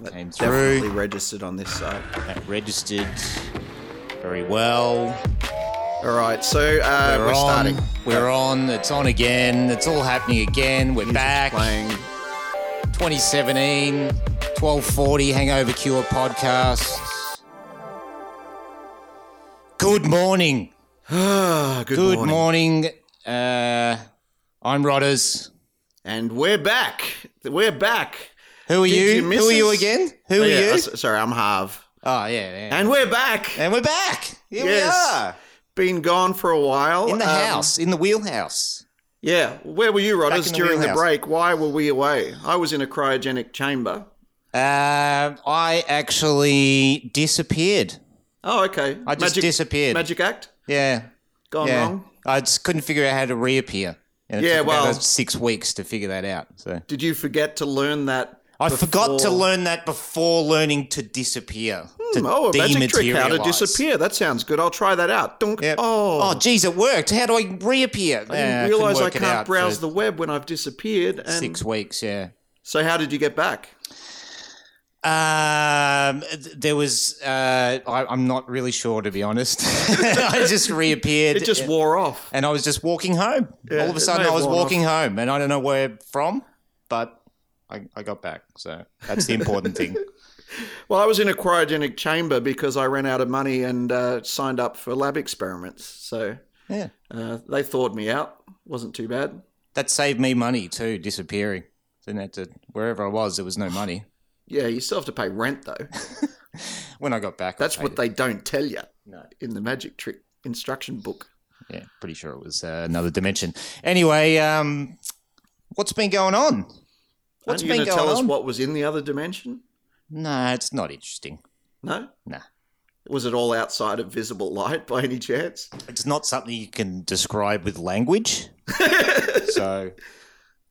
That came through. Definitely registered on this site. That registered very well. All right, so uh, we're, on. starting. We're on. It's on again. It's all happening again. We're Music's back. Playing. 2017, 1240 Hangover Cure podcast. Good morning. Ah, good, Good morning. morning. Uh, I'm Rodders. And we're back. We're back. Who are Did you? you miss Who are you us? again? Who Oh, are yeah, you? uh, s- sorry, I'm Harv. Oh, yeah. yeah. And we're back. And we're back. Here Yes. we Been gone for a while. are. In the Um, house, in the wheelhouse. Yeah. Where were you, Back Rodders, in the during the wheelhouse. break? Why were we away? I was in a cryogenic chamber. Um, I actually disappeared. Oh, okay. I just disappeared. Magic act? Yeah. Gone yeah. wrong? I just couldn't figure out how to reappear. And it Yeah, took about well- six weeks to figure that out. So Did you forget to learn that? I forgot to before- learn that before learning to disappear. to Oh, a magic trick how to dematerialise. disappear. That sounds good. I'll try that out. Dunk. Yep. Oh, oh, geez, it worked. How do I reappear? I didn't realize I can't browse the web when I've disappeared. And six weeks. Yeah. So, how did you get back? Um, th- there was. Uh, I, I'm not really sure to be honest. I just reappeared. It just wore off. and I was just walking home. Yeah, All of it a sudden, may I have was worn off. walking home, and I don't know where from, but I, I got back. So that's the important thing. Well, I was in a cryogenic chamber because I ran out of money and uh, signed up for lab experiments. So Yeah, uh, they thawed me out. Wasn't too bad. that saved me money too, disappearing. Didn't have to wherever I was. There was no money Yeah, you still have to pay rent though. when I got back. I That's paid what it. they don't tell you No. in the magic trick instruction book. Yeah, pretty sure it was uh, another dimension. Anyway, um, what's been going on? Aren't What's you been gonna going tell on? us what was in the other dimension? No, it's not interesting. No. Nah. Was it all outside of visible light by any chance? It's not something you can describe with language. so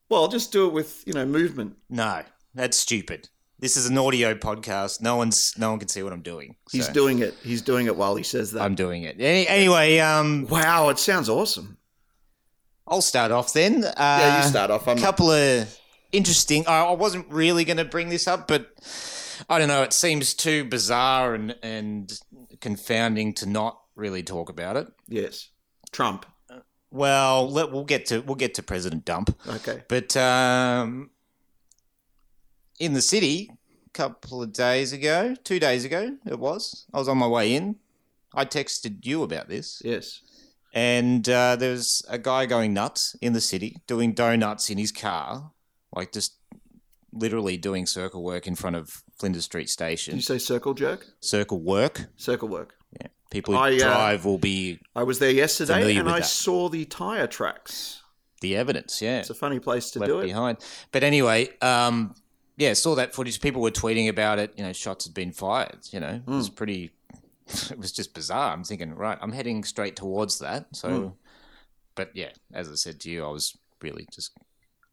Well, just do it with you know movement. No, that's stupid. This is an audio podcast. No one's no one can see what I'm doing. He's So, doing it. He's doing it while he says that. I'm doing it. Any, anyway, um, wow, it sounds awesome. I'll start off then. Uh, yeah, you start off. I'm A couple of interesting. I, I wasn't really going to bring this up, but I don't know. It seems too bizarre and and confounding to not really talk about it. yes. Trump. Well, let, we'll get to we'll get to President Dump. Okay. But um, in the city, a couple of days ago, two days ago, it was, I was on my way in. I texted you about this, Yes. and uh, there was a guy going nuts in the city, doing donuts in his car, like just literally doing circle work in front of Flinders Street Did Station. you say circle jerk? Circle work. Circle work. People who I, uh, drive will be I was there yesterday Familiar and with I that. saw the tire tracks. the evidence. Yeah, It's a funny place to left do it. behind. But anyway, um, yeah, saw that footage. People were tweeting about it. You know, shots had been fired. You know, it Hmm. was pretty. It was just bizarre. I'm thinking, right, I'm heading straight towards that. So, Hmm. but yeah, as I said to you, I was really just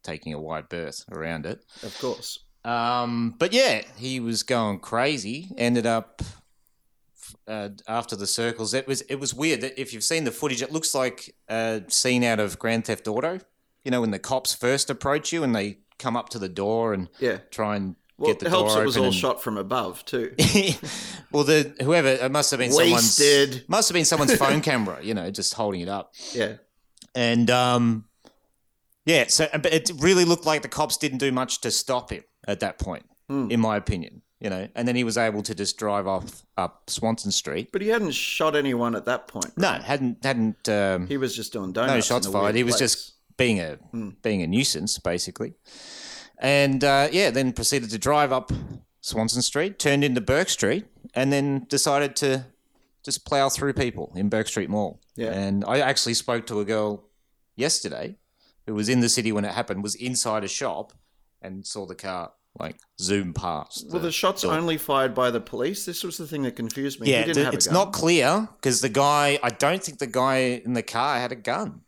taking a wide berth around it. Of course. Um, but yeah, he was going crazy. Ended up uh, after the circles. It was it was weird. That if you've seen the footage, it looks like a scene out of Grand Theft Auto. You know, when the cops first approach you and they come up to the door and Yeah. try and Well, get the it helps. door It was open all and- shot from above too. well, the whoever it must have been Wasted. someone's must have been someone's phone camera. You know, just holding it up Yeah. and um, yeah, so but it really looked like the cops didn't do much to stop him at that point, in my opinion. You know, and then he was able to just drive off up Swanson Street. But he hadn't shot anyone at that point. No, hadn't hadn't um, He was just doing donuts. no in shots a weird Hmm. fired. He was place. just being a being a nuisance basically, and uh, yeah, then proceeded to drive up Swanson Street, turned into Burke Street, and then decided to just plow through people in Burke Street Mall. Yeah. And I actually spoke to a girl yesterday who was in the city when it happened, was inside a shop, and saw the car like zoom past. Well, the shots only fired by the police. This was the thing that confused me. he yeah, didn't the- have it's a gun. not clear because the guy. I don't think the guy in the car had a gun.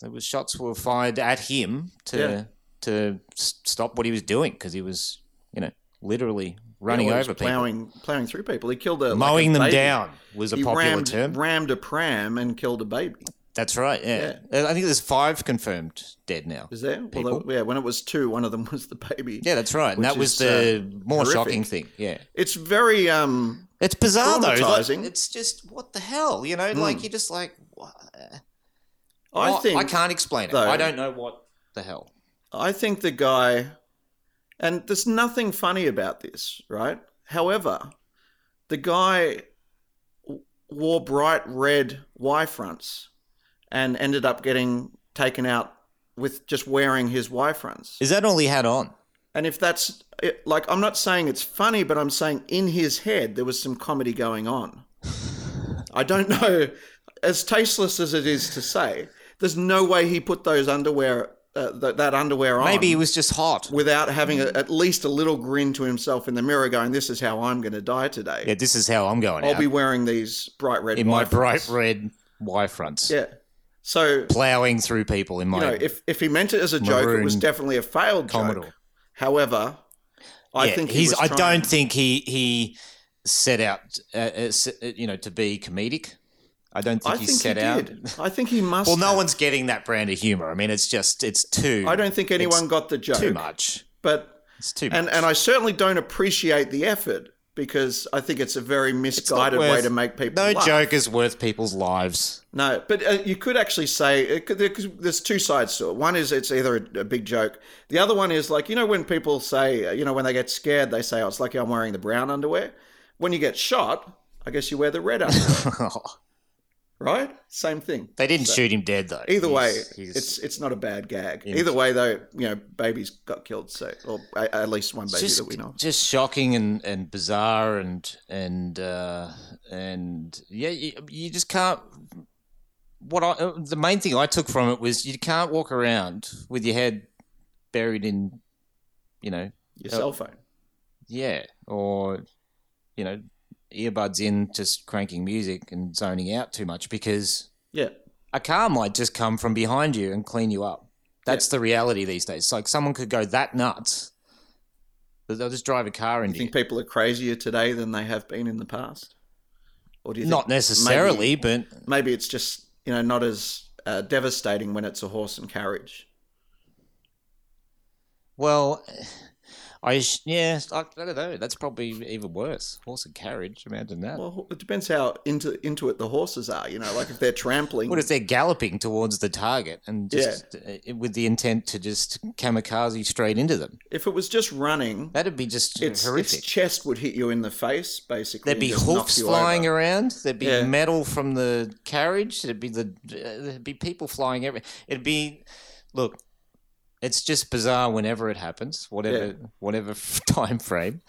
There was shots were fired at him to Yeah. to s- stop what he was doing because he was, you know, literally running Yeah, well, he was over people, plowing, plowing through people. He killed a like a mowing them baby. down was a he popular rammed, term. rammed a pram and killed a baby. That's right. Yeah. I think there's five confirmed dead now. Is there? Well, People. there- yeah, when it was two, one of them was the baby. Yeah, that's right. And Which that was is, uh, the more horrific. shocking thing. Yeah. It's very um It's bizarre though. Like, Traumatizing. Hmm. it's just what the hell, you know? Like you're just like, what? I What? think I can't explain it. though- I don't know what the hell. I think the guy, and there's nothing funny about this, right? However, the guy w- wore bright red Y fronts and ended up getting taken out with just wearing his Y fronts. Is that all he had on? And if that's it, like, I'm not saying it's funny, but I'm saying in his head there was some comedy going on. I don't know. As tasteless as it is to say, there's no way he put those underwear, uh, th- that underwear on Maybe he was just hot. without having a, at least a little grin to himself in the mirror, going, "This is how I'm going to die today. Yeah, this is how I'm going I'll out be wearing these bright red in my wipers." bright red Y fronts, Yeah. So plowing through people in my you know, if if he meant it as a joke, it was maroon definitely a failed Commodore. joke. However, I Yeah, think he he's. was I trying- don't think he he set out, uh, uh, s- uh, you know, to be comedic. I don't think I he think set he out. did. I think he must. Well, no have. one's getting that brand of humor. I mean, it's just it's too. I don't think anyone got the joke. too much. But It's too much. and and I certainly don't appreciate the effort because I think it's a very misguided way worth- to make people. no laugh. joke is worth people's lives. No, but uh, you could actually say it could, there could- there's two sides to it. One is it's either a, a big joke. The other one is like you know when people say uh, you know when they get scared they say oh it's lucky I'm wearing the brown underwear. When you get shot, I guess you wear the red underwear, right? Same thing. they didn't shoot him dead though. Either way, He's- he's- it's it's not a bad gag. Either way though, you know babies got killed, so or a, at least one baby that we know. of. just shocking and, and bizarre and and uh, and yeah, you, you just can't. What I uh, the main thing I took from it was you can't walk around with your head buried in, you know, Your cell phone. yeah, or you know, earbuds in, just cranking music and zoning out too much because Yeah, a car might just come from behind you and clean you up. That's the reality these days. It's like someone could go that nuts that they'll just drive a car do into you you. think people are crazier today than they have been in the past? Or do you think Not necessarily, but maybe it's just you know not as uh, devastating when it's a horse and carriage. well, I sh- yeah, I, I don't know. That's probably even worse. Horse and carriage. Imagine that. Well, it depends how into into it the horses are. You know, like if they're trampling. what if they're galloping towards the target and just uh, with the intent to just kamikaze straight into them? if it was just running, That'd be just its its horrific. chest would hit you in the face basically. There'd and be just knock hoofs you flying over. around. There'd be Yeah. metal from the carriage. There'd be the uh, there'd be people flying every. It'd be look. It's just bizarre whenever it happens, whatever Yeah. whatever time frame,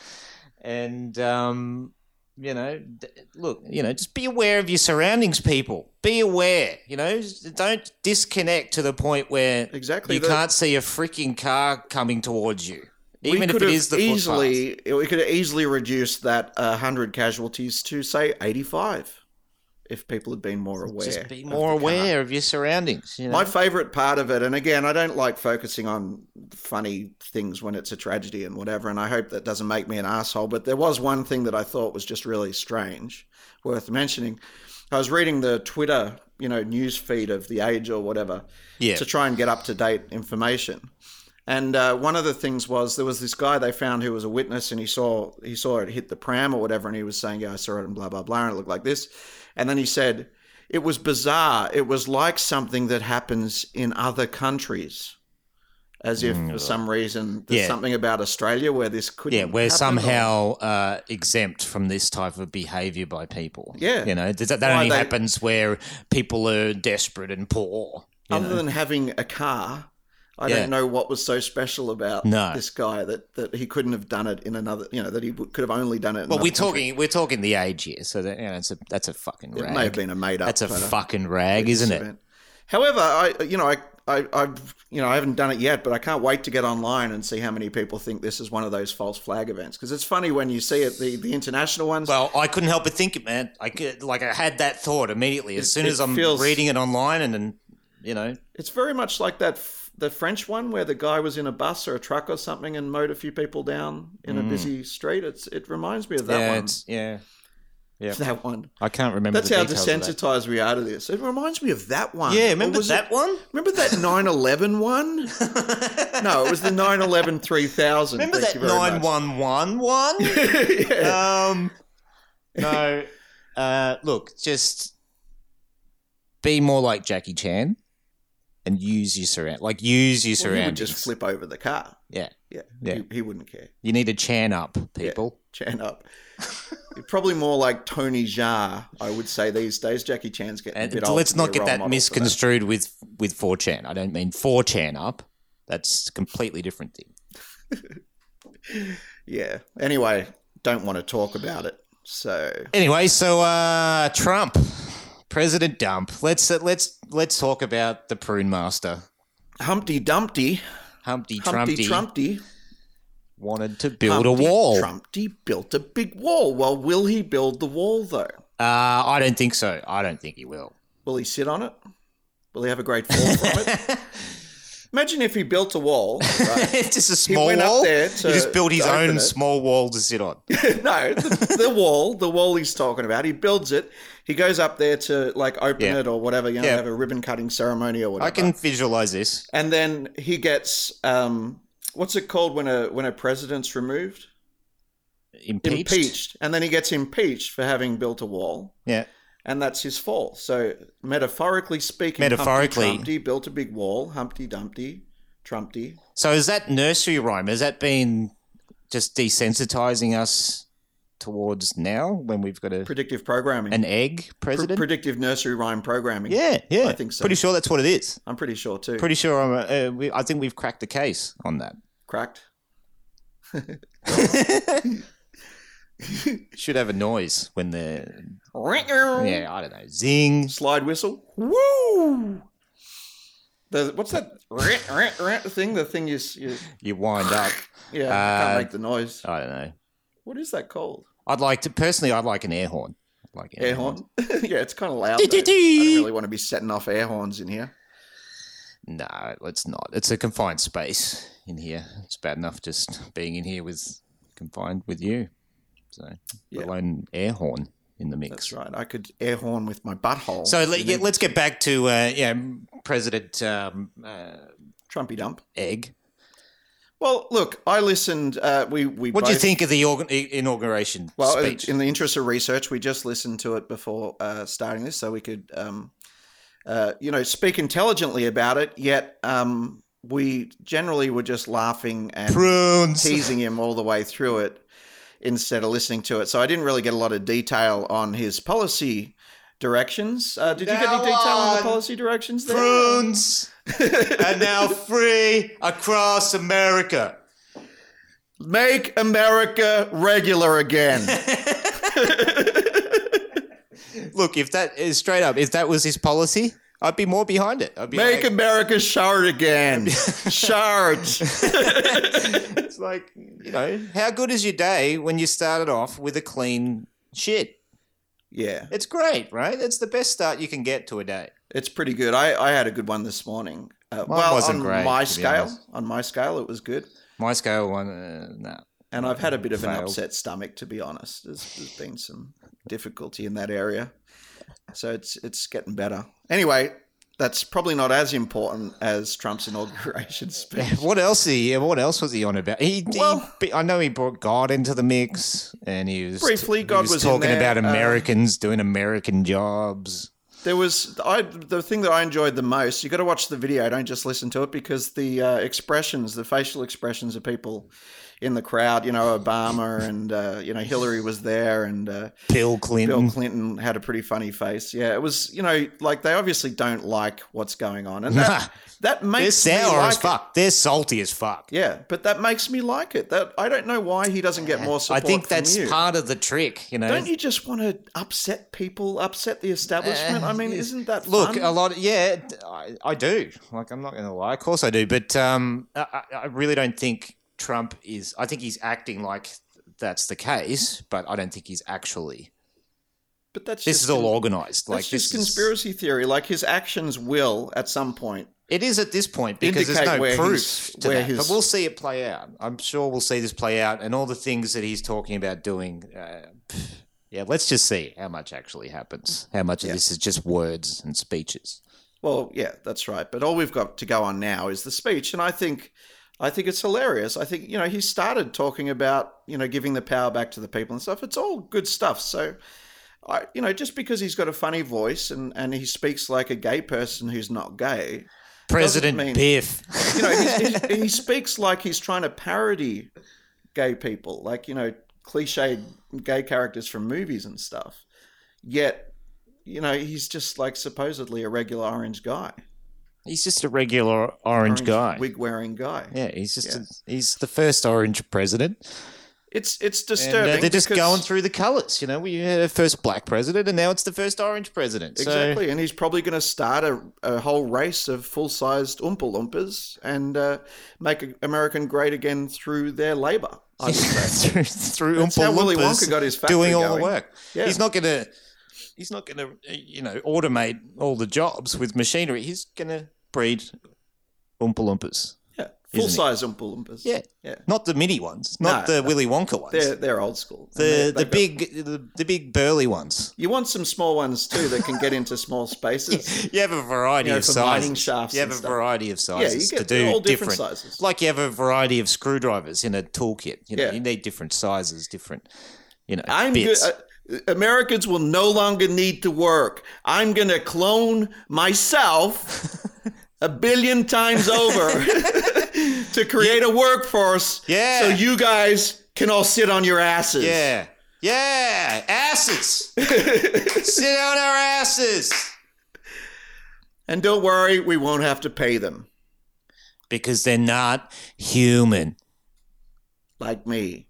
and um, you know, d- look, you know, just be aware of your surroundings, people. Be aware, you know, s- don't disconnect to the point where Exactly, you the- can't see a freaking car coming towards you, even we if could it have is the footpath. easily we could have easily reduced that uh, hundred casualties to say eighty five, if people had been more aware. Just be of more the car. aware of your surroundings. You know? My favorite part of it, and again, I don't like focusing on funny things when it's a tragedy and whatever, and I hope that doesn't make me an asshole, but there was one thing that I thought was just really strange, worth mentioning. I was reading the Twitter, you know, news feed of The Age or whatever Yeah. to try and get up to date information. And uh, one of the things was there was this guy they found who was a witness, and he saw he saw it hit the pram or whatever, and he was saying, "Yeah, I saw it," and blah blah blah, and it looked like this. And then he said, "It was bizarre. It was like something that happens in other countries." As if for some reason there's Mm. Yeah. something about Australia where this couldn't yeah, we're happen or- somehow uh, exempt from this type of behaviour by people. Yeah. you know th- that, that Why only they- happens where people are desperate and poor. you other know? than having a car, I Yeah. don't know what was so special about No. this guy that, that he couldn't have done it in another. You know that he would- could have only done it. In well, another we're country. talking we're talking the age here, so that, you know, it's a that's a fucking It may have rag. been a made up. uh, That's a fucking rag, isn't it? However, I you know I. I, I've you know I haven't done it yet, but I can't wait to get online and see how many people think this is one of those false flag events because it's funny when you see it the, the international ones. Well, I couldn't help but think it, man. I could, like I had that thought immediately as soon it as I'm feels- reading it online, and then you know, it's very much like that f- the French one where the guy was in a bus or a truck or something and mowed a few people down in a busy street. It's it reminds me of that Mm. yeah, one. it's, yeah, Yeah. That one. I can't remember. That's the how details of that. desensitized we are to this. It reminds me of that one. Yeah, Or remember was that it- one? Remember that 911 one? no, it was the 911 3000. Remember that Thank you very much. nine one one one? yeah. Um, no. Uh, look, just be more like Jackie Chan, and use your surround like use your Well, he would surroundings. just flip over the car. Yeah, Yeah. Yeah. He, he wouldn't care. you need to Chan up, people. Chan up. Probably more like Tony Jaa, I would say these days. Jackie Chan's getting And a bit old. let's to be not a get role that model for misconstrued with with 4chan. I don't mean 4chan up. That's a completely different thing. Yeah. Anyway, don't want to talk about it. So Anyway, so uh, Trump, President Dump. Let's uh, let's let's talk about the prune master. Humpty Dumpty, Humpty, Humpty Trumpty Trumpty, wanted to build Humpty a wall. Trumpty built a big wall. Well, will he build the wall though? Uh, I don't think so. I don't think he will. Will he sit on it? Will he have a great fall from it? Imagine if he built a wall. Right? it's just a small went up wall. there he to- just built his to open own it. small wall to sit on. no, the, the wall, the wall he's talking about. He builds it. He goes up there to like open Yeah. it or whatever. You know, Yeah. have a ribbon cutting ceremony or whatever. I can visualize this. And then he gets um, what's it called when a when a president's removed? Impeached. And then he gets impeached for having built a wall. Yeah. And that's his fault. So metaphorically speaking, Metaphorically. Humpty Trumpty built a big wall. Humpty Dumpty, Trumpty. So is that nursery rhyme? Has that been just desensitizing us towards now when we've got a Predictive programming. an egg Pr- president? predictive nursery rhyme programming. yeah, yeah. I think so. Pretty sure that's what it is. I'm pretty sure too. Pretty sure I'm. Uh, uh, we, I think we've cracked the case on that. Cracked. Should have a noise when the Yeah. yeah. I don't know. Zing. Slide whistle. Woo! The, what's that rant, rant, rant thing? The thing is, you, You wind up. yeah, I Uh, can't make the noise. I don't know. What is that called? I'd like to personally. I'd like an air horn. I'd like an Air horn? yeah, it's kind of loud. Dee, though. I dee, don't dee. really want to be setting off air horns in here. No, let's not. It's a confined space in here. It's bad enough just being in here with confined with you. So let Yeah. alone air horn in the mix. That's right. I could air horn with my butthole. So let, yeah, let's get back to uh, yeah, President um, uh, Trumpy dump. Egg. Well, look, I listened. Uh, we we. What do you both- think of the organ- i- inauguration Well, uh, speech? in the interest of research, we just listened to it before uh, starting this, so we could, um, uh, you know, speak intelligently about it. Yet um, we generally were just laughing and Prunes. teasing him all the way through it instead of listening to it. So I didn't really get a lot of detail on his policy directions. Uh, did you get any Now detail on on. the policy directions there? Prunes are now free across America. Make America regular again. Look, if that is straight up, if that was his policy, I'd be more behind it. I'd be Make like, America shard again. Shard. It's like, you know, how good is your day when you started off with a clean shit? Yeah. It's great, right? It's the best start you can get to a day. It's pretty good. I, I had a good one this morning. Uh, Mine well, wasn't on great, my to be scale, honest. on my scale, it was good. My scale one, uh, no. And I've had a bit of an Failed. upset stomach, to be honest. There's, there's been some difficulty in that area, so it's it's getting better. Anyway, that's probably not as important as Trump's inauguration speech. What else? He, what else was he on about? He, he- Well- I know he brought God into the mix, and he was Briefly, he God was, was in talking there, about uh, Americans doing American jobs. There was I the thing that I enjoyed the most. You got to watch the video, don't just listen to it, because the uh, expressions, the facial expressions of people in the crowd. You know, Obama and uh, you know Hillary was there, and uh, Bill Bill Clinton. Clinton had a pretty funny face. Yeah, it was you know like they obviously don't like what's going on, and Nah, that, that they're makes me sour like as it. fuck. They're salty as fuck. Yeah, but that makes me like it. That I don't know why he doesn't get more I support. think from that's you. part of the trick, you know. Don't you just want to upset people, upset the establishment? I mean, isn't that Uh, Look, fun? a lot. yeah, I, I do. Like, I'm not going to lie. Of course, I do. But um, I, I I really don't think Trump is. I think he's acting like that's the case, but I don't think he's actually. but that's This just is all con- organised. That's Like this just is- conspiracy theory. Like his actions will at some point. it is at this point because there's Indicate no where proof his- to where that. his- But we'll see it play out. I'm sure we'll see this play out, and all the things that he's talking about doing. Uh, pff, Yeah, let's just see how much actually happens. How much Yeah. of this is just words and speeches. Well, yeah, that's right. But all we've got to go on now is the speech, and I think, I think it's hilarious. I think you know he started talking about you know giving the power back to the people and stuff. It's all good stuff. So, I you know just because he's got a funny voice and and he speaks like a gay person who's not gay, President mean- Biff. you know he's, he's, he speaks like he's trying to parody gay people, like you know cliched gay characters from movies and stuff. Yet, you know he's just like supposedly a regular orange guy. He's just a regular orange, guy. wig wearing guy. Yeah, he's just A, he's the first orange president. It's it's And, uh, disturbing. they're just because- going through the colours. You know, we had a first black president, and now it's the first orange president. So- exactly, and he's probably going to start a, a whole race of full sized oompa loompas and uh, make American great again through their labor. I would say. through through That's Oompa how Willy Loompas Wonka got his factory doing all going. the work. Yeah. He's not gonna he's not gonna uh, you know automate all the jobs with machinery. He's gonna breed Oompa Loompas. yeah, he? full size oompa loompas. Yeah, yeah, not the mini ones, not No, the Willy Wonka ones. they're they're old school. And they- the they've the got- big the, the big burly ones. You want some small ones too that can get into small spaces. You have a variety You know, of for mining sizes. shafts you have and a stuff. variety of Yeah, sizes you to get do all different, different. sizes. Like you have a variety of screwdrivers in a toolkit. You know, Yeah. you need different sizes, different you know I'm good. bits. Uh, Americans will no longer need to work. I'm going to clone myself a billion times over to create a workforce. Yeah. So you guys can all sit on your asses. Yeah. Yeah. Asses. Sit on our asses. And don't worry, we won't have to pay them Because they're not human. like me.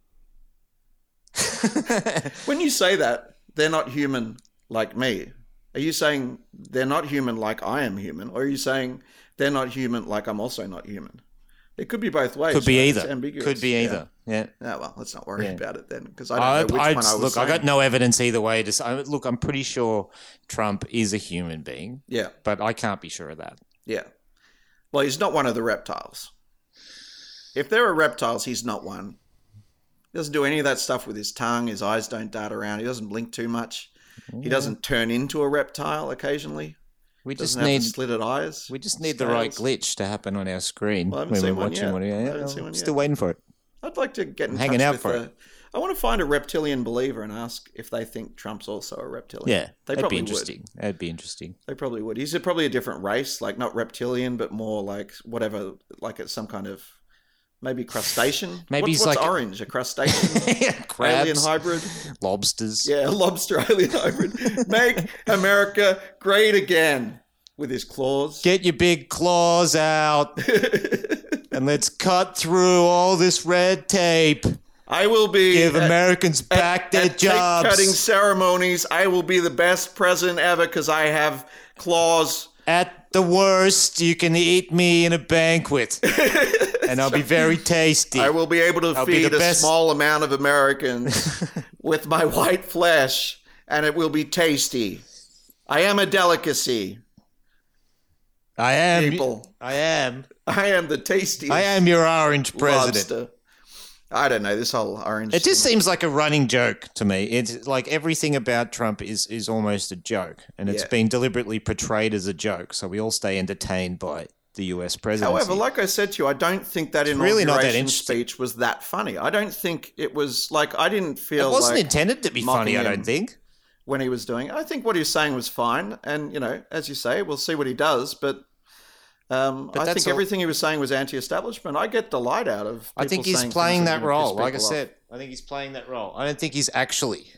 When you say that, they're not human like me. Are you saying they're not human like I am human? Or are you saying they're not human like I'm also not human? It could be both ways. Could be right? It's either. ambiguous. Could be Yeah. either. Yeah. Oh well, let's not worry Yeah. about it then, because I don't I, know which I, one I was look, saying. I got no evidence either way. To say, look, I'm pretty sure Trump is a human being, Yeah, but I can't be sure of that. yeah. Well, he's not one of the reptiles. If there are reptiles, he's not one. He doesn't do any of that stuff with his tongue. His eyes don't dart around. He doesn't blink too much. He doesn't turn into a reptile occasionally. We just Doesn't have need slitted eyes. we just need the right glitch to happen on our screen Well, I when haven't we're seen one yet. watching one. I Yeah, haven't yeah, seen one still yet. waiting for it. I'd like to get in I'm hanging touch out with for a- I want to find a reptilian believer and ask if they think Trump's also a reptilian. Yeah, they that'd probably be would. interesting. That'd be interesting. They probably would. He's a, probably a different race, like not reptilian, but more like whatever, like it's some kind of maybe crustacean. Maybe What- he's what's like- orange, a crustacean, alien Crabs, hybrid. lobsters. Yeah, a lobster alien hybrid. Make America great again with his claws. Get your big claws out and let's cut through all this red tape. I will be Give at- Americans at- back their at cake jobs. cutting ceremonies. I will be the best president ever because I have claws. At the worst, you can eat me in a banquet, and I'll be very tasty. I will be able to be feed the a best- small amount of Americans with my white flesh, and it will be tasty. I am a delicacy, I am. people. I am. I am the tastiest I am your orange president. lobster. I don't know this whole orange. It just thing. seems like a running joke to me. It's like everything about Trump is is almost a joke, and it's Yeah. been deliberately portrayed as a joke, so we all stay entertained by the U.S. presidency. However, like I said to you, I don't think that inauguration really not that interesting. speech was that funny. I don't think it was like I didn't it feel wasn't like intended to be mocking funny. I him. don't think. when he was doing. it. I think what he was saying was fine, and you know, as you say, we'll see what he does. But, um, But I that's think all- everything he was saying was anti-establishment. I get delight out of. I people think he's saying playing things that are gonna role. piss Like I people off. said, I think he's playing that role. I don't think he's actually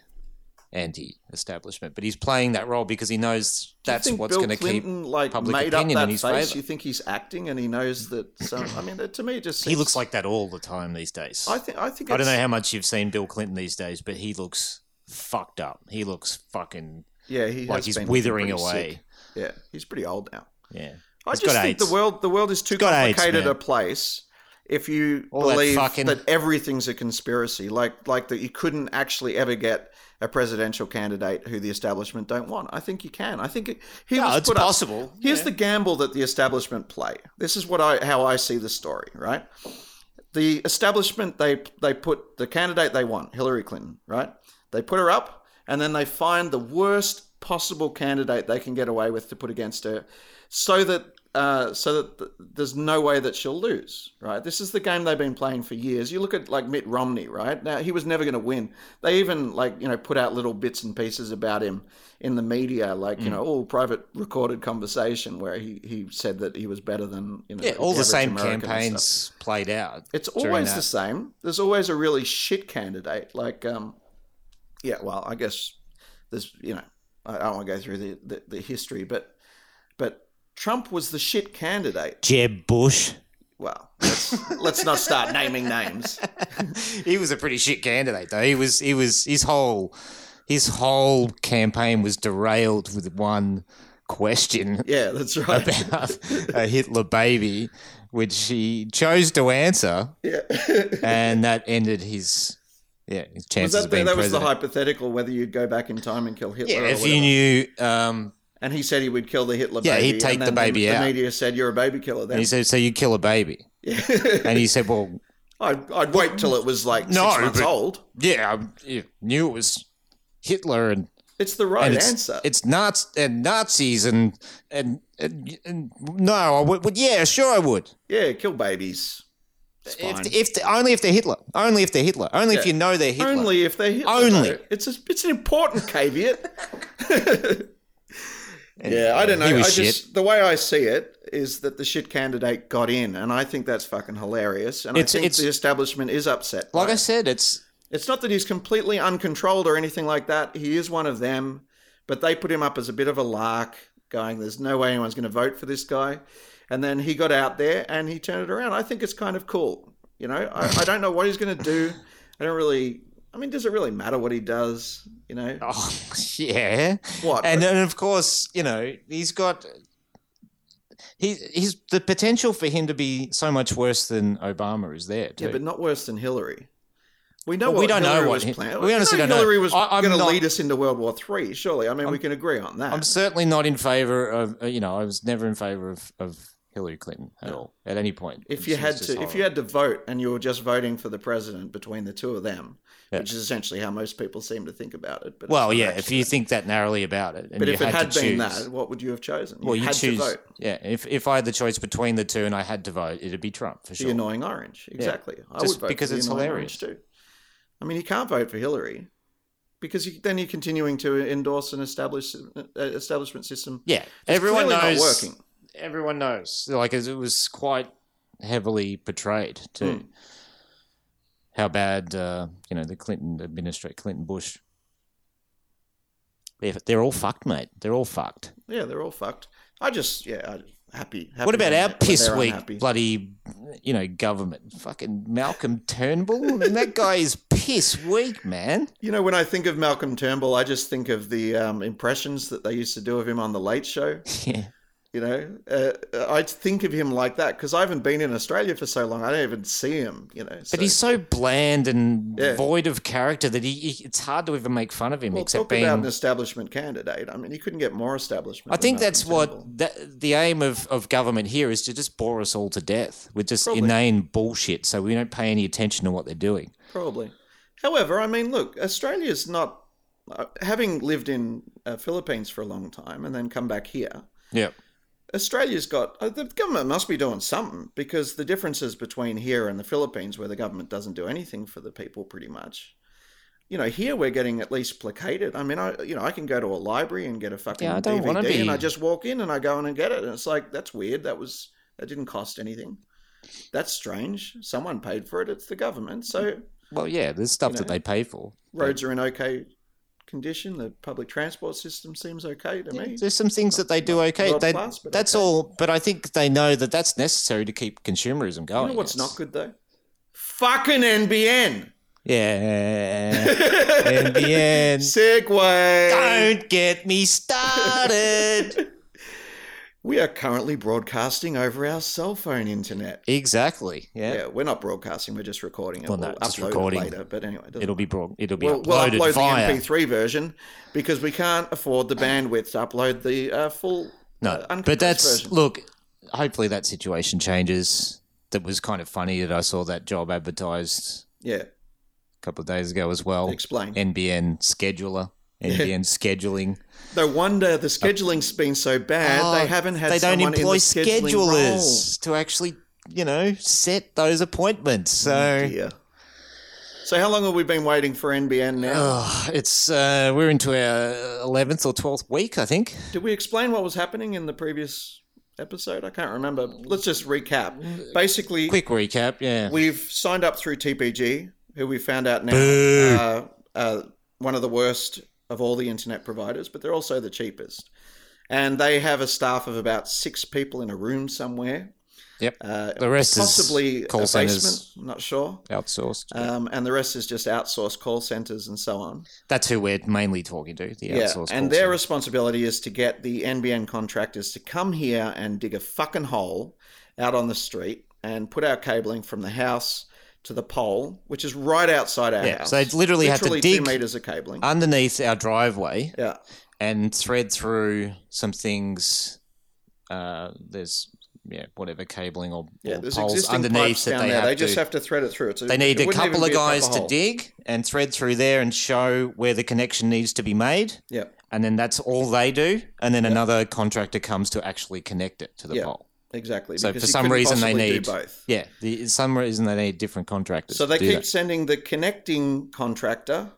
anti-establishment, but he's playing that role because he knows Do you that's think what's Bill going to keep. Clinton, like public made opinion up in that his face. favor. You think he's acting, and he knows that. Some, I mean, that, to me, it just He seems- looks like that all the time these days. I think. I think. I don't know it's- how much you've seen Bill Clinton these days, but he looks fucked up. He looks fucking Yeah, he like has he's been withering pretty away. sick. Yeah, he's pretty old now. Yeah. I He's just got think AIDS. the world the world is too He's got AIDS, complicated man. a place if you All that believe that, fucking- everything's a conspiracy, like like that you couldn't actually ever get a presidential candidate who the establishment don't want. I think you can. I think it, he No, was it's put up- possible. Here's Yeah. the gamble that the establishment play. This is what I how I see the story, right? The establishment they they put the candidate they want, Hillary Clinton, right? They put her up and then they find the worst possible candidate they can get away with to put against her, so that uh, so that th- there's no way that she'll lose. Right? This is the game they've been playing for years. You look at like Mitt Romney. Right now, he was never going to win. They even like you know put out little bits and pieces about him in the media, like Mm. you know all private recorded conversation where he he said that he was better than you know Yeah, all the average same American and stuff. campaigns played out. It's during always that. the same. There's always a really shit candidate. Like, um, yeah, well, I guess there's, you know, I, I don't want to go through the, the, the history, but but Trump was the shit candidate. Jeb Bush. Well, let's, let's not start naming names. he was a pretty shit candidate though. He was he was his whole his whole campaign was derailed with one question Yeah, that's right. about a Hitler baby, which he chose to answer, Yeah. and that ended his yeah his Was chances that, of the, being that was the president. hypothetical whether you'd go back in time and kill Hitler. yeah, or if whatever. you knew, um, and he said he would kill the Hitler Yeah, baby. he'd take and the then baby out. The media said, You're a baby killer and then. he said, so you kill a baby, and he said, well, I'd, I'd wait till it was like No, six months but- old. yeah, I you knew it was Hitler and It's the right and it's, answer. It's Nazi and Nazis and and, and, and no, I would, would. Yeah, sure, I would. Yeah, kill babies. It's fine. If, if only if they're Hitler. Only if they're Hitler. Only if Yeah. you know they're Hitler. Only if they hit. Only. though. It's a, it's an important caveat. yeah, I don't know. He was I shit. just the way I see it is that the shit candidate got in, and I think that's fucking hilarious. And It's- I think it's- the establishment is upset. by like I it. said, it's it's not that he's completely uncontrolled or anything like that. He is one of them, but they put him up as a bit of a lark, going, "There's no way anyone's going to vote for this guy," and then he got out there and he turned it around. I think it's kind of cool. You know, I, I don't know what he's going to do. I don't really. I mean, does it really matter what he does? You know, oh yeah. What? And and of course, you know, he's got. He, he's the potential for him to be so much worse than Obama is there. Too. yeah, but not worse than Hillary. We know Well, what we don't know Hillary what was he- planning. we honestly don't know. Hillary was I- I'm going to not- lead us into World War Three. Surely, I mean, we can agree on that. I'm certainly not in favor of. uh, You know, I was never in favor of, of Hillary Clinton at all at any point. if She you was had just to if horrible. you had to vote and you were just voting for the president between the two of them Yeah. which is essentially how most people seem to think about it but it's Well, not yeah, if actually you that. think that narrowly about it, and but you if it had to been choose- that what would you have chosen well, you had choose. to vote Yeah, if if I had the choice between the two and I had to vote, it'd be Trump for the sure. annoying orange exactly i Just would vote because for the it's annoying hilarious. orange too i mean you can't vote for hillary because you, then you're continuing to endorse an established uh, establishment system yeah, that's everyone clearly knows. not working Everyone knows. Like it was quite heavily portrayed too. Hmm. How bad, uh, you know, the Clinton administration, Clinton Bush. They're, they're all fucked, mate. They're all fucked. yeah they're all fucked i just yeah I, happy, happy what about when our they- when piss they're week, unhappy. bloody, you know, government? Fucking Malcolm Turnbull. I mean, that guy is piss weak, man. You know, when I think of Malcolm Turnbull, I just think of the um, impressions that they used to do of him on the Late Show. Yeah. You know, uh, I think of him like that because I haven't been in Australia for so long. I don't even see him. You know, But he's so bland and Yeah. void of character that he, he- it's hard to even make fun of him well, except talk about an being establishment candidate. I mean, you couldn't get more establishment. I than think Malcolm that's what Turnbull. that, the aim of, of government here is to just bore us all to death with just Probably. inane bullshit so we don't pay any attention to what they're doing. Probably. However, I mean, look, Australia's not uh, having lived in uh, Philippines for a long time and then come back here. Yeah. Australia's got uh, the government must be doing something because the differences between here and the Philippines, where the government doesn't do anything for the people, pretty much. You know, here we're getting at least placated. I mean, I you know I can go to a library and get a fucking Yeah, I don't wanna DVD, and be- I just walk in and I go in and get it, and it's like that's weird. That was that didn't cost anything. That's strange. Someone paid for it. It's the government. So Well, yeah, there's stuff You that know. they pay for. roads are in okay condition. The public transport system seems okay to me. There's some things that they do okay. World They, class, but that's okay. all. But I think they know that that's necessary to keep consumerism going. You know what's It's- not good though? Fucking NBN. Yeah. In the end, Segway. don't get me started. We are currently broadcasting over our cell phone internet. exactly. Yeah. Yeah, we're not broadcasting; we're just recording it. Well, no, We'll just upload it recording. later. But anyway, it doesn't- It'll be brought. It'll be we'll, we'll uploaded upload via. the MP3 version because we can't afford the bandwidth to upload the uh, full. no, uh, uncompressed but that's version. look. Hopefully, that situation changes. That was kind of funny that I saw that job advertised yeah. a couple of days ago as well. Explain. NBN scheduler. NBN scheduling. No wonder the scheduling's been so bad. Oh, they haven't had they don't someone in employ the scheduling schedulers to actually, you know, set those appointments. So role. Yeah. So how long have we been waiting for NBN now? Ugh, it's uh, we're into our eleventh or twelfth week, I think. Did we explain what was happening in the previous episode? I can't remember. Let's just recap. Basically, Quick recap, yeah. we've signed up through TPG, who we found out now Boo. uh, uh, one of the worst of all the internet providers, but they're also the cheapest. And they have a staff of about six people in a room somewhere. Yep. Uh, the rest possibly is call a basement. centers I'm not sure. outsourced. Um, and the rest is just outsourced call centers and so on. That's who we're mainly talking to. The Yeah, outsourced. and call their centers. responsibility is to get the NBN contractors to come here and dig a fucking hole out on the street and put our cabling from the house to the pole, which is right outside our yeah. house. So they literally, have to Literally two dig meters of cabling. underneath our driveway yeah, and thread through some things. Uh, there's yeah, whatever cabling or, yeah. or There's poles existing underneath pipes that down they there. have They just to. have to thread it through. It's a, they need it a wouldn't even couple of be a proper guys to hole. dig and thread through there and show where the connection needs to be made. Yeah. And then that's all they do. And then another contractor comes to actually connect it to the Yeah. pole. Exactly. So because for you some couldn't reason they possibly do need- both. Yeah. The, some reason they need different contractors. So they to do keep that. sending the connecting contractor,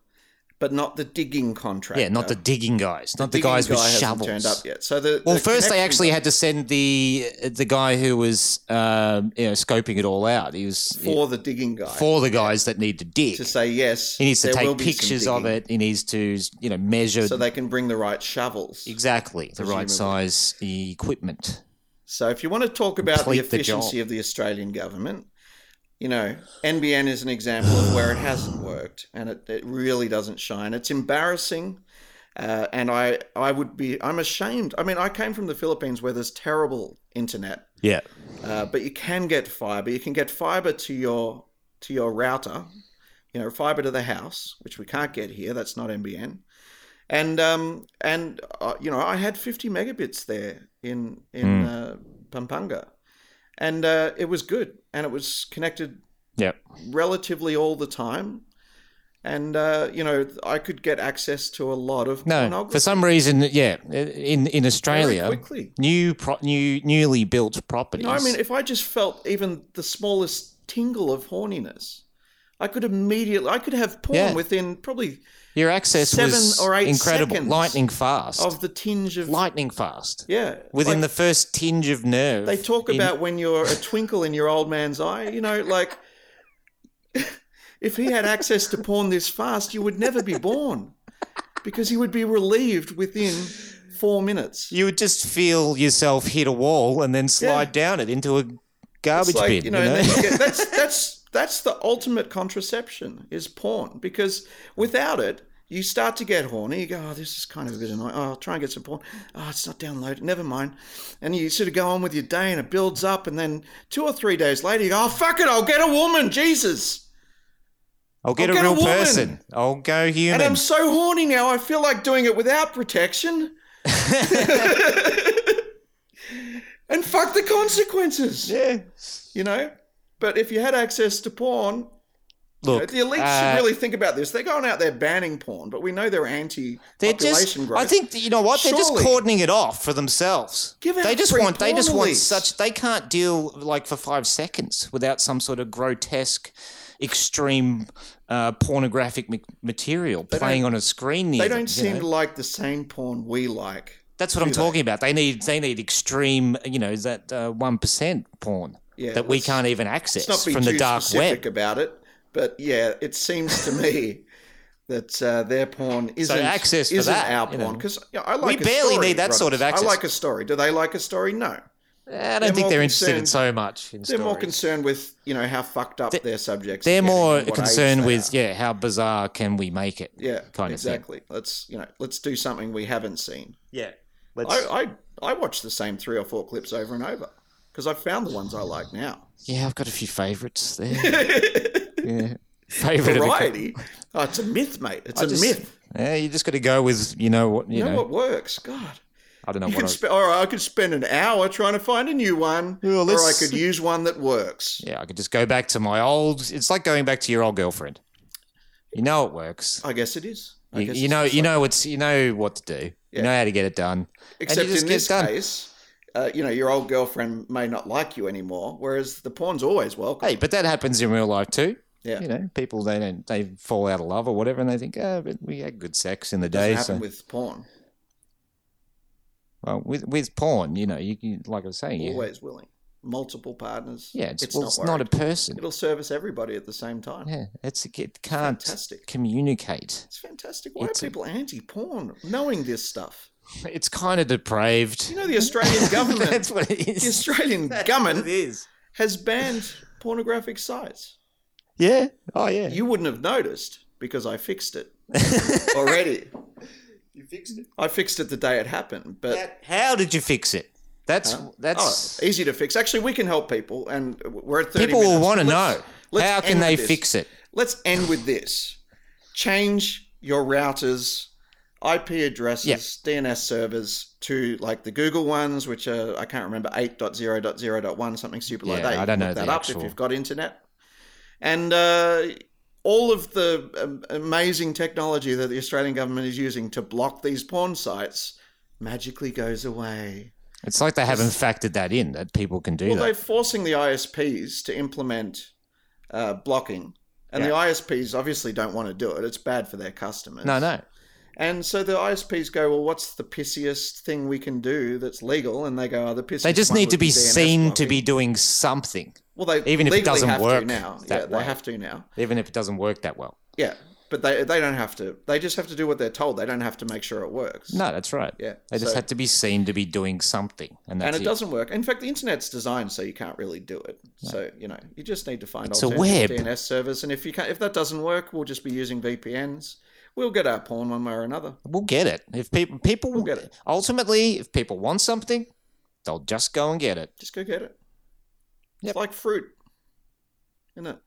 but not the digging contractor. Yeah, not the digging guys, not the, Uh, digging guys with guy hasn't shovels. turned up yet. So the Well, the first they connection- actually had to send the the guy who was um, you know scoping it all out. He was for the digging guy for the guys that need to dig. to say yes. He needs to there will take be some pictures of digging, it. He needs to you know measure so they can bring the right shovels. exactly the right Presumably. size equipment. So if you want to talk about the Complete the job. efficiency of the Australian government, you know, NBN is an example of where it hasn't worked and it, it really doesn't shine. It's embarrassing. Uh, and I, I would be, I'm ashamed. I mean, I came from the Philippines where there's terrible internet, Yeah, uh, but you can get fiber. You can get fiber to your to your router, you know, fiber to the house, which we can't get here. That's not NBN. And um, and uh, you know, I had 50 megabits there in in Hmm. uh, Pampanga, and uh, it was good, and it was connected yeah. relatively all the time. And uh, you know, I could get access to a lot of No, pornography for some reason, yeah. In in very Australia, quickly. new pro- new newly built properties. No, I mean, if I just felt even the smallest tingle of horniness, I could immediately, I could have porn Yeah. within probably your access seven was or eight incredible, seconds lightning fast, of the tinge of lightning fast. yeah. Within Like, the first tinge of nerve, they talk in- about when you're a twinkle in your old man's eye. You know, like if he had access to porn this fast, you would never be born because he would be relieved within four minutes. you would just feel yourself hit a wall and then slide down it into a It's garbage like, bin. You know, you know? and then you get- that's that's that's the ultimate contraception is porn because without it, you start to get horny. You go, oh, this is kind of a bit annoying. Oh, I'll try and get some porn. Oh, it's not downloaded. Never mind. And you sort of go on with your day, and it builds up, and then two or three days later, you go, oh, fuck it, I'll get a woman. Jesus. I'll get I'll a get a real woman. person. I'll go And human. I'm so horny now, I feel like doing it without protection. and fuck the consequences, yeah. you know? But if you had access to porn, Look, the elites uh, should really think about this. They're going out there banning porn, but we know they're anti they're population just. growth. I think that- you know what they're Surely. just cordoning it off for themselves. Give out they just free want. They porn just want release. such. They can't deal like for five seconds without some sort of grotesque, extreme, uh, pornographic ma- material playing on a screen. near they them, don't you seem know? to like the same porn we like. That's what I'm talking about. They need they need extreme, you know, that uh, one percent porn Yeah, that we let's- can't even Let's not access be from too the dark specific web. about it, but yeah, it seems to me that uh, their porn isn't access for isn't that, our you know. porn because I like. a barely story, need that sort of Roddicks. access. I like a story. Do they like a story? No, I They're don't think more they're interested in concerned- so much. In they're more stories. concerned with you know how fucked up their subjects. are They're getting more and what age concerned they with are. yeah, how bizarre can we make it? yeah, kind of thing. exactly. Let's you know let's do something we haven't seen. Yeah. Let's, I, I I watch the same three or four clips over and over because I've found the ones I like now. yeah, I've got a few favorites there. yeah. Favorite Variety. Oh, it's a myth, mate. It's a Of a, just, myth. Yeah, you just got to go with you know what you, You know, know. what works? God. I don't know what. I You could was- spe- all right, I could spend an hour trying to find a new one, Well, or I let's- could use one that works. yeah, I could just go back to my old. It's like going back to your old girlfriend. You know it works. I guess it is. I You, guess you it's know, just you like- know what's you know what to do. Yeah. You know how to get it done. Except just in get this done. case, uh, you know, your old girlfriend may not like you anymore, whereas the pawn's always welcome. Hey, but that happens in real life too. Yeah. You know, people they don't they fall out of love or whatever, and they think, oh, but we had good sex in the doesn't day. happen So, with pawn. well, with with porn, you know, you, you like I was saying, you, Always willing, multiple partners. yeah, it's, it's well, not it's not a worried. person. It'll service everybody at the same time. Yeah, it's it can't Fantastic. communicate. It's fantastic. Why It's are a- people anti-porn? Knowing this stuff, It's kind of depraved. you know, the Australian government, That's what it the is. Australian It government is. has banned pornographic sites. Yeah. Oh yeah. You wouldn't have noticed because I fixed it already. You fixed it. I fixed it the day it happened, but how did you fix it? That's Huh? that's Oh, easy to fix. Actually, we can help people, and we're at 30 people will minutes. want to Let's- know. let's How can end they this. fix it? Let's end with this. Change your routers, IP addresses, Yeah. DNS servers to like the Google ones, which are I can't remember 8.0.0.1, something stupid like Yeah, that. I You don't can know look the that up actual- if you've got internet. And uh, all of the um, amazing technology that the Australian government is using to block these porn sites magically goes away. It's like they haven't factored that in that people can do Well, they're that. forcing the ISPs to implement uh, blocking, and the ISPs obviously don't want to do it. It's bad for their customers. No, no. And so the ISPs go, "Well, what's the pissiest thing we can do that's legal?" And they go, "Oh, the pissiest." They just one need would to be DNS seen to blocking." be doing something, Well, they even if it legally doesn't have to work now. that yeah, they way. have to now. even if it doesn't work that well. Yeah, but they they don't have to. They just have to do what they're told. They don't have to make sure it works. No, that's right. Yeah. They just so- had to be seen to be doing something, and and that's it, it. doesn't work. In fact, the internet's designed so you can't really do it. So you know, you just need to find It's a alternative web. DNS servers. And if you can't, if that doesn't work, we'll just be using VPNs. We'll get our porn one way or another. We'll get it if people people will get it. Ultimately, if people want something, they'll just go and get it. Just go get it. Yep. It's like fruit, isn't it?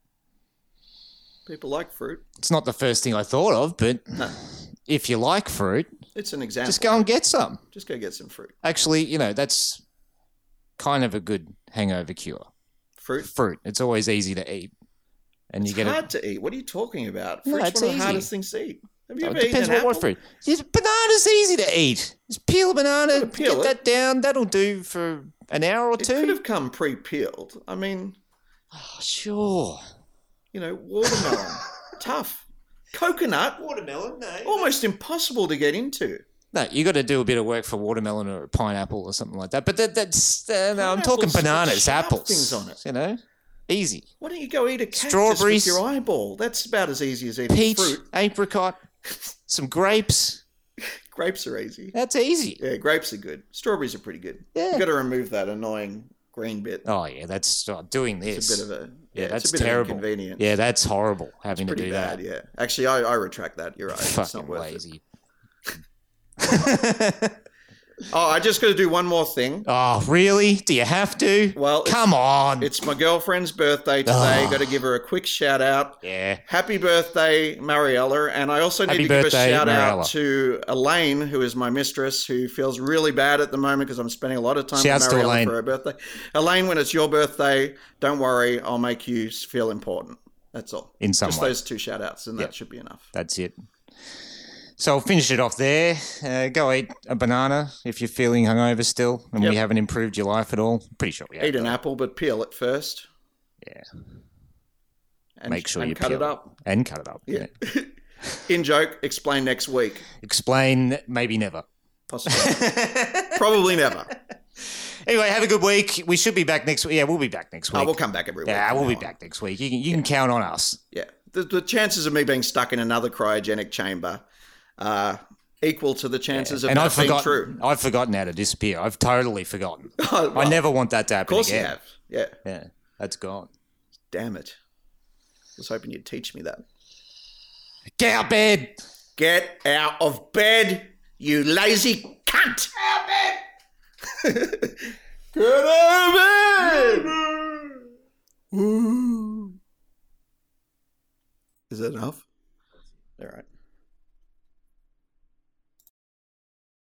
People like fruit. It's not the first thing I thought of, but No. if you like fruit, It's an example. just go and get some. Just go get some fruit. Actually, you know that's kind of a good hangover cure. Fruit. Fruit. It's always easy to eat, and It's you get hard it. to eat. What are you talking about? No, Fruit's it's one of easy. the hardest things to eat. Have you Oh, ever it depends eaten an what, what apple? fruit. Yes, banana's easy to eat. Just peel a banana, Gotta get peel it. that down. That'll do for an hour or It two. could have come pre-peeled. I mean, Oh, sure. you know, watermelon, tough. Coconut, Watermelon, no. almost impossible to get into. No, you got to do a bit of work for watermelon or pineapple or something like that. But that, that's uh, no, I'm talking Pineapple's got bananas, sharp apples. things on it. You know, easy. Why don't you go eat a cactus Strawberries. with your eyeball? That's about as easy as eating Peach, fruit. apricot, some grapes. Grapes are easy. That's easy. Yeah, grapes are good. Strawberries are pretty good. Yeah. You got to remove that annoying green bit. Oh yeah, that's oh, doing this. It's a bit of a yeah, that's it's a bit terrible. Of inconvenience. yeah, that's horrible having to pretty do bad. that. Yeah, actually, I, I retract that. You're right. it's not Fucking worth lazy. it. Oh, I just got to do one more thing. oh really? Do you have to? Well, it's- come on. It's my girlfriend's birthday today. Ah. Got to give her a quick shout out. yeah. Happy birthday, Mariella. And I also need Happy to give a birthday, shout Mariella. out to Elaine, who is my mistress, who feels really bad at the moment because I'm spending a lot of time Shouts to with Mariella Elaine. for her birthday. Elaine, when it's your birthday, don't worry, I'll make you feel important. That's all. In some Just way. those two shout outs, and that should be enough. That's it. So I'll finish it off there. Uh, go eat a banana if you're feeling hungover still, and we Yep. haven't improved your life at all. Pretty sure we have. Eat an apple, but peel it first. Yeah. And, Make sure and you cut peel it up. and cut it up. Yeah. In joke, explain next week. Explain, maybe never. Possibly. Probably never. Anyway, have a good week. We should be back next week. Yeah, we'll be back next week. I will come back every week. yeah, from we'll now be on. back next week. You can, you can count on us. Yeah. The, the chances of me being stuck in another cryogenic chamber are equal to the chances of and I've that being forgotten. true. I've forgotten how to disappear. I've totally forgotten. Oh, well, I never want that to happen of course you again. have. Yeah. Yeah, that's gone. Damn it. I was hoping you'd teach me that. Get out of bed. Get out of bed, you lazy cunt! Out of bed! Get out of bed! Ooh. Is that enough? All right.